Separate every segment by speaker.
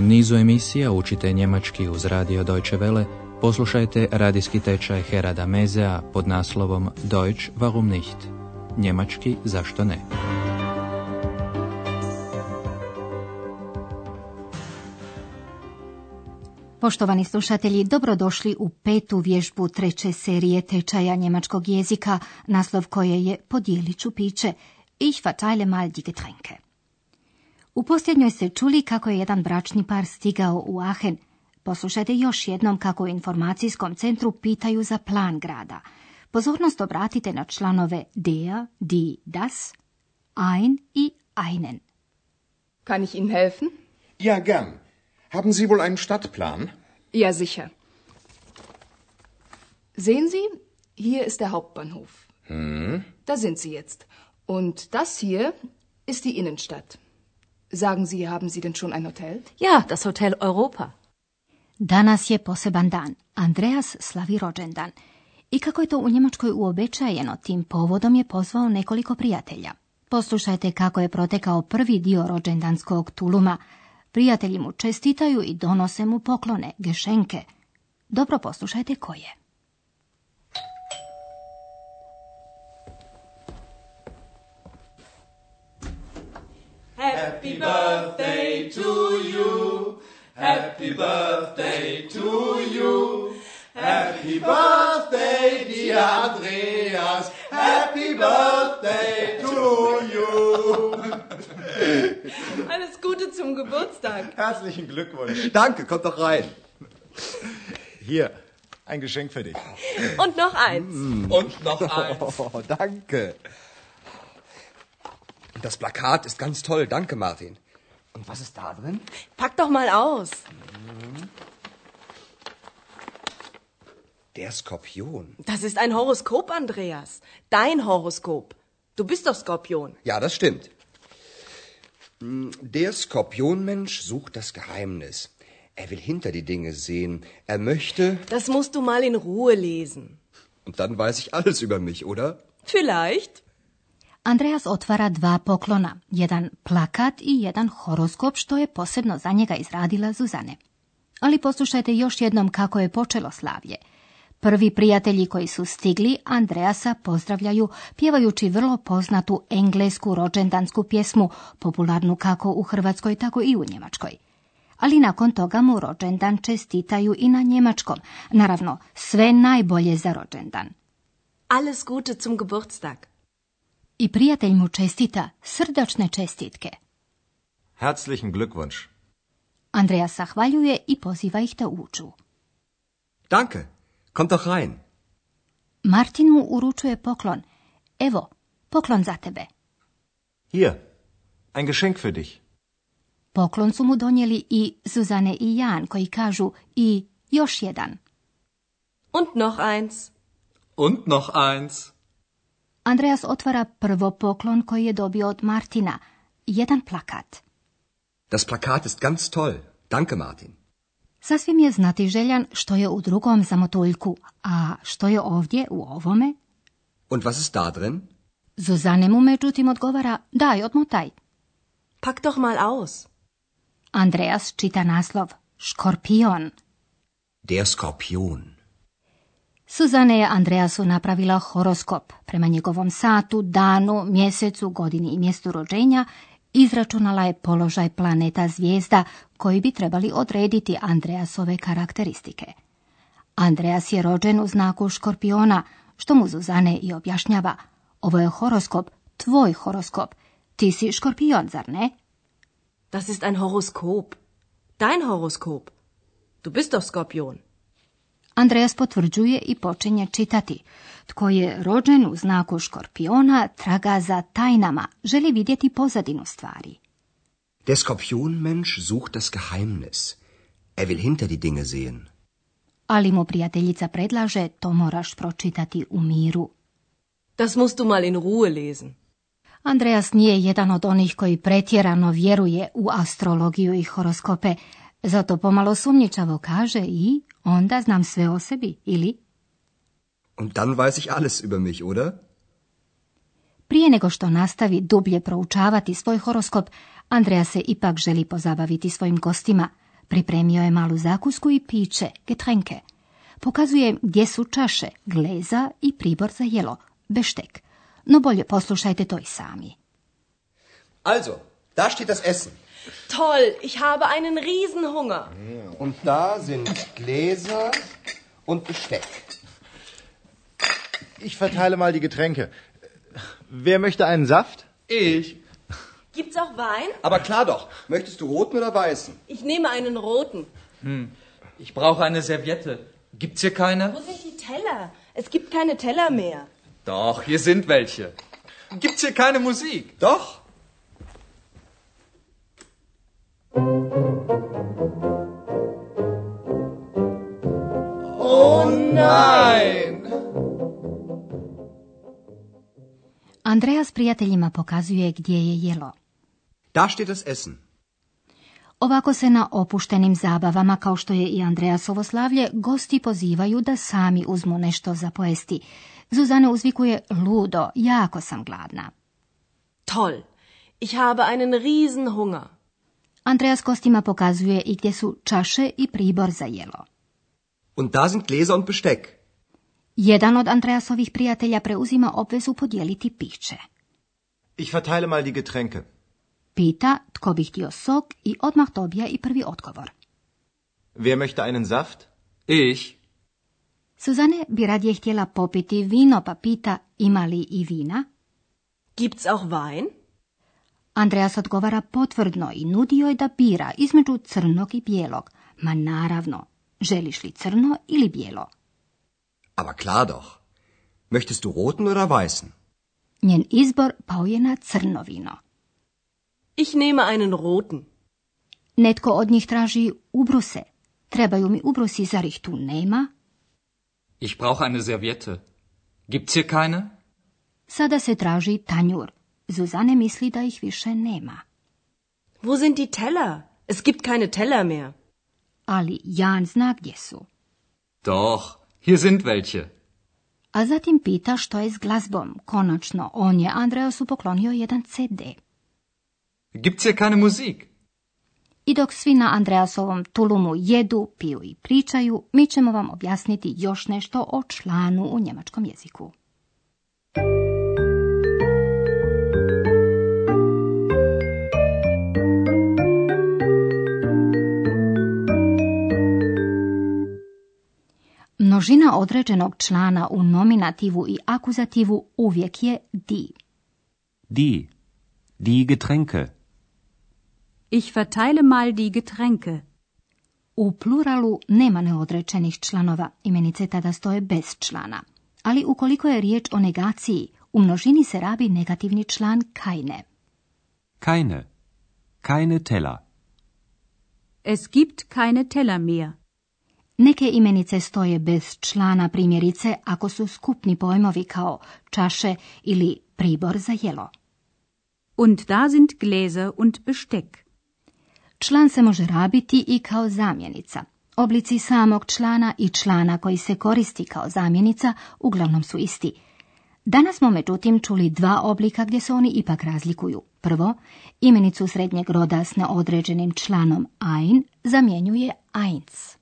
Speaker 1: nizu emisija učite njemački uz radio Deutsche Welle, poslušajte radijski tečaj Herada Mezea pod naslovom Deutsch warum nicht? Njemački zašto ne?
Speaker 2: Poštovani slušatelji, dobrodošli u petu vježbu treće serije tečaja njemačkog jezika, naslov koje je Podijelit ću piće. Ich verteile mal die Getränke. U posljednjoj ste čuli kako je jedan bračni par stigao u Ahen. Poslušajte još jednom kako u informacijskom centru pitaju za plan grada. Pozornost obratite na članove der, die, das, ein i einen.
Speaker 3: Kann ich Ihnen helfen?
Speaker 4: Ja, gern. Haben Sie wohl einen Stadtplan?
Speaker 3: Ja, sicher. Sehen Sie, hier ist der Hauptbahnhof.
Speaker 4: Hm?
Speaker 3: Da sind Sie jetzt. Und das hier ist die Innenstadt. Sagen Sie, haben Sie denn schon ein Hotel?
Speaker 5: Ja, das Hotel Europa.
Speaker 2: Danas je poseban dan. Andreas slavi rođendan. I kako je to u Njemačkoj uobičajeno, tim povodom je pozvao nekoliko prijatelja. Poslušajte kako je protekao prvi dio rođendanskog tuluma. Prijatelji mu čestitaju i donose mu poklone, gešenke. Dobro poslušajte koje.
Speaker 6: Happy birthday to you. Happy birthday to you. Happy birthday, dear Andreas. Happy birthday to you.
Speaker 3: Alles Gute zum Geburtstag.
Speaker 4: Herzlichen Glückwunsch. Danke, kommt doch rein. Hier, ein Geschenk für dich.
Speaker 5: Und noch eins.
Speaker 6: Und noch eins.
Speaker 7: Oh, danke. Das Plakat ist ganz toll. Danke, Martin. Und was ist da drin?
Speaker 5: Pack doch mal aus.
Speaker 7: Der Skorpion.
Speaker 5: Das ist ein Horoskop, Andreas. Dein Horoskop. Du bist doch Skorpion.
Speaker 7: Ja, das stimmt. Hm, Der Skorpionmensch sucht das Geheimnis. Er will hinter die Dinge sehen. Er möchte.
Speaker 5: Das musst du mal in Ruhe lesen.
Speaker 7: Und dann weiß ich alles über mich, oder?
Speaker 5: Vielleicht.
Speaker 2: Andreas otvara dva poklona, jedan plakat i jedan horoskop što je posebno za njega izradila Zuzane. Ali poslušajte još jednom kako je počelo slavlje. Prvi prijatelji koji su stigli Andreasa pozdravljaju pjevajući vrlo poznatu englesku rođendansku pjesmu, popularnu kako u Hrvatskoj tako i u Njemačkoj. Ali nakon toga mu rođendan čestitaju i na njemačkom. Naravno, sve najbolje za rođendan.
Speaker 5: Alles Gute zum Geburtstag.
Speaker 2: I prijatelj mu čestita srdačne čestitke.
Speaker 8: Herzlichen Glückwunsch.
Speaker 2: Andreja zahvaljuje i poziva ih da uđu.
Speaker 7: Danke. Kommt doch rein.
Speaker 2: Martin mu uručuje poklon. Evo, poklon za tebe.
Speaker 8: Hier, ein Geschenk für dich.
Speaker 2: Poklon su mu donijeli i Zuzane i Jan koji kažu i još jedan.
Speaker 5: Und noch eins.
Speaker 6: Und noch eins.
Speaker 2: Andreas otvara prvo poklon koji je dobio od Martina. Jedan plakat.
Speaker 7: Das Plakat ist ganz toll. Danke, Martin.
Speaker 2: Sasvim je znati željan što je u drugom zamotuljku, a što je ovdje u ovome.
Speaker 7: Und was ist da drin?
Speaker 2: Zuzane mu međutim odgovara daj odmotaj.
Speaker 5: Pack doch mal aus.
Speaker 2: Andreas čita naslov Škorpion.
Speaker 7: Der Skorpion.
Speaker 2: Suzane je Andreasu napravila horoskop prema njegovom satu, danu, mjesecu, godini i mjestu rođenja, izračunala je položaj planeta zvijezda koji bi trebali odrediti Andreasove karakteristike. Andreas je rođen u znaku škorpiona, što mu Zuzane i objašnjava. Ovo je horoskop, tvoj horoskop. Ti si škorpion, zar ne?
Speaker 5: Das ist ein Horoskop. Dein Horoskop. Du bist doch Skorpion.
Speaker 2: Andreas potvrđuje i počinje čitati. Tko je rođen u znaku škorpiona, traga za tajnama, želi vidjeti pozadinu stvari.
Speaker 7: Der Skorpionmensch sucht das Geheimnis. Er will hinter die Dinge sehen.
Speaker 2: Ali mu prijateljica predlaže, to moraš pročitati u miru.
Speaker 5: Das musst du mal in Ruhe lesen.
Speaker 2: Andreas nije jedan od onih koji pretjerano vjeruje u astrologiju i horoskope, zato pomalo sumnjičavo kaže i onda znam sve o sebi, ili?
Speaker 7: Und dann weiß ich alles über mich, oder?
Speaker 2: Prije nego što nastavi dublje proučavati svoj horoskop, Andreja se ipak želi pozabaviti svojim gostima, Pripremio je malu zakusku i piće, getrenke. Pokazuje gdje su čaše, gleza i pribor za jelo, beštek. No bolje poslušajte to i sami.
Speaker 7: Also, da steht das Essen.
Speaker 5: Toll, ich habe einen Riesenhunger.
Speaker 7: Und da sind Gläser und Besteck.
Speaker 4: Ich verteile mal die Getränke. Wer möchte einen Saft?
Speaker 6: Ich.
Speaker 5: Gibt's auch Wein?
Speaker 7: Aber klar doch, möchtest du roten oder weißen?
Speaker 5: Ich nehme einen roten.
Speaker 6: Ich brauche eine Serviette. Gibt's hier keine?
Speaker 5: Wo sind die Teller? Es gibt keine Teller mehr.
Speaker 6: Doch, hier sind welche. Gibt's hier keine Musik?
Speaker 7: Doch?
Speaker 2: Andreja s prijateljima pokazuje gdje je jelo.
Speaker 7: Da steht das Essen.
Speaker 2: Ovako se na opuštenim zabavama, kao što je i Andreasovo slavlje, gosti pozivaju da sami uzmu nešto za pojesti. Zuzana uzvikuje ludo, jako sam gladna.
Speaker 5: Toll, ich habe einen Riesenhunger.
Speaker 2: Andreas gostima pokazuje i gdje su čaše i pribor za jelo.
Speaker 7: Und da sind Gläser und Besteck.
Speaker 2: Jedan od Andreasovih prijatelja preuzima obvezu podijeliti piće.
Speaker 8: Ich verteile mal die Getränke.
Speaker 2: Pita tko bi htio sok i odmah dobija i prvi odgovor.
Speaker 8: Wer möchte einen Saft?
Speaker 6: Ich.
Speaker 2: Suzane bi radije htjela popiti vino, pa pita ima li i vina.
Speaker 5: Gibt's auch Wein?
Speaker 2: Andreas odgovara potvrdno i nudi joj da bira između crnog i bijelog. Ma naravno, želiš li crno ili bijelo?
Speaker 7: Aber klar doch. Möchtest du roten oder weißen?
Speaker 2: Njen izbor pao je na crno vino.
Speaker 5: Ich nehme einen roten.
Speaker 2: Netko od njih traži ubruse. Trebaju mi ubrusi, zar ih tu nema?
Speaker 6: Ich brauche eine Serviette. Gibt's hier keine?
Speaker 2: Sada se traži tanjur. Zuzane misli da ih više nema.
Speaker 5: Wo sind die Teller? Es gibt keine Teller mehr.
Speaker 2: Ali Jan zna gdje su.
Speaker 6: Doch, hier sind welche.
Speaker 2: A zatim pita što je s glazbom. Konačno, on je Andreasu poklonio jedan CD.
Speaker 6: Gibt's hier keine Musik?
Speaker 2: I dok svi na Andreasovom tulumu jedu, piju i pričaju, mi ćemo vam objasniti još nešto o članu u njemačkom jeziku. Množina određenog člana u nominativu i akuzativu uvijek je di.
Speaker 9: Die. Die Getränke.
Speaker 10: Ich verteile mal die Getränke.
Speaker 2: U pluralu nema neodrečenih članova, imenice tada stoje bez člana. Ali ukoliko je riječ o negaciji, u množini se rabi negativni član kajne.
Speaker 9: Keine. Keine Teller.
Speaker 10: Es gibt keine Teller mehr.
Speaker 2: Neke imenice stoje bez člana, primjerice ako su skupni pojmovi kao čaše ili pribor za jelo.
Speaker 10: Und da sind Gläser und Besteck.
Speaker 2: Član se može rabiti i kao zamjenica. Oblici samog člana i člana koji se koristi kao zamjenica uglavnom su isti. Danas smo međutim čuli dva oblika gdje se oni ipak razlikuju. Prvo, imenicu srednjeg roda s neodređenim članom ein zamjenjuje eins.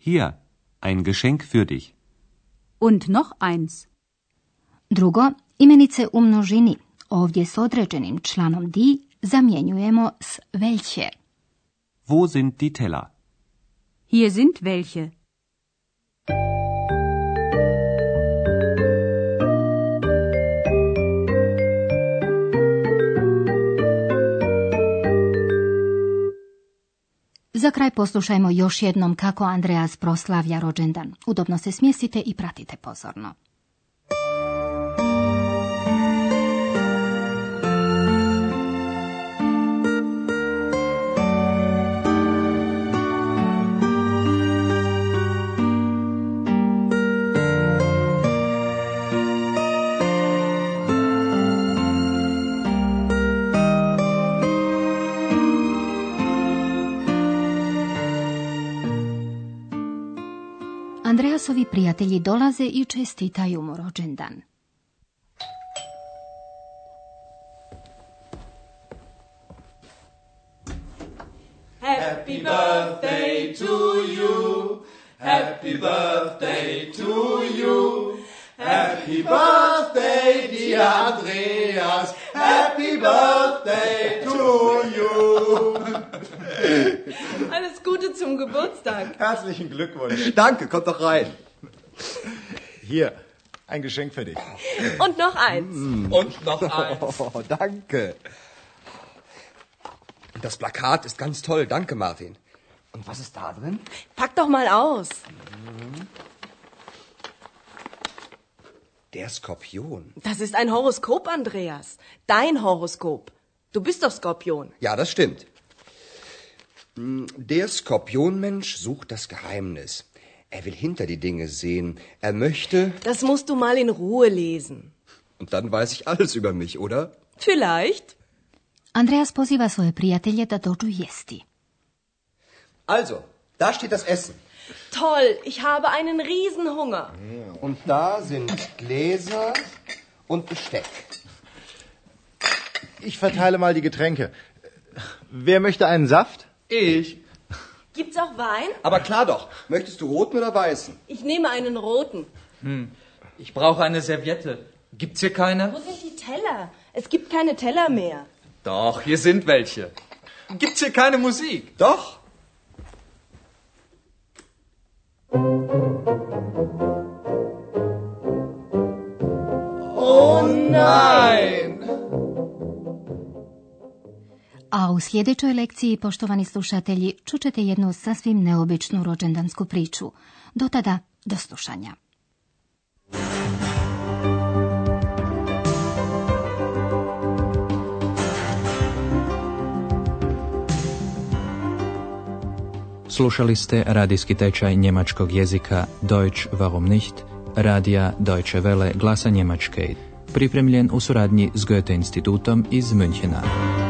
Speaker 9: Hier. Ein Geschenk für dich.
Speaker 10: Und noch eins.
Speaker 2: Drugo, imenice u množini, ovdje s određenim članom di zamjenjujemo s velće.
Speaker 9: Wo sind die Teller?
Speaker 10: Hier sind welche.
Speaker 2: Za kraj poslušajmo još jednom kako Andreas proslavlja rođendan. Udobno se smjestite i pratite pozorno. Andreasovi prijatelji dolaze i čestitaju mu rođendan.
Speaker 11: Happy
Speaker 5: Happy,
Speaker 11: birthday to you. Happy birthday to you. Happy birthday, dear Andreas. Happy birthday to you.
Speaker 5: Alles Gute zum Geburtstag.
Speaker 4: Herzlichen Glückwunsch. Danke, kommt doch rein. Hier, ein Geschenk für dich.
Speaker 5: Und noch eins.
Speaker 6: Und noch eins.
Speaker 7: Oh, danke. Das Plakat ist ganz toll. Danke, Martin. Und was ist da drin?
Speaker 5: Pack doch mal aus.
Speaker 7: Der Skorpion.
Speaker 5: Das ist ein Horoskop, Andreas. Dein Horoskop. Du bist doch Skorpion.
Speaker 7: Ja, das stimmt. Hm, Der Skorpionmensch sucht das Geheimnis. Er will hinter die Dinge sehen. Er möchte.
Speaker 5: Das musst du mal in Ruhe lesen.
Speaker 7: Und dann weiß ich alles über mich, oder?
Speaker 5: Vielleicht.
Speaker 2: Andreas poziva svoje prijatelje da dođu jesti.
Speaker 7: Also, da steht das Essen.
Speaker 5: Toll, ich habe einen Riesenhunger.
Speaker 7: Und da sind Gläser und Besteck.
Speaker 4: Ich verteile mal die Getränke. Wer möchte einen Saft?
Speaker 6: Ich.
Speaker 5: Gibt's auch Wein?
Speaker 7: Aber klar doch. Möchtest du roten oder weißen?
Speaker 5: Ich nehme einen roten.
Speaker 6: Hm. Ich brauche eine Serviette. Gibt's hier keine?
Speaker 5: Wo sind die Teller? Es gibt keine Teller mehr.
Speaker 6: Doch, hier sind welche. Gibt's hier keine Musik?
Speaker 7: Doch.
Speaker 11: Oh nein!
Speaker 2: A u sljedećoj lekciji, poštovani slušatelji, čućete jednu sasvim neobičnu rođendansku priču. Do tada, do slušanja.
Speaker 1: Slušali ste radijski tečaj njemačkog jezika Deutsch warum nicht, radija Deutsche Welle glasa Njemačke, pripremljen u suradnji s Goethe institutom iz Münchena.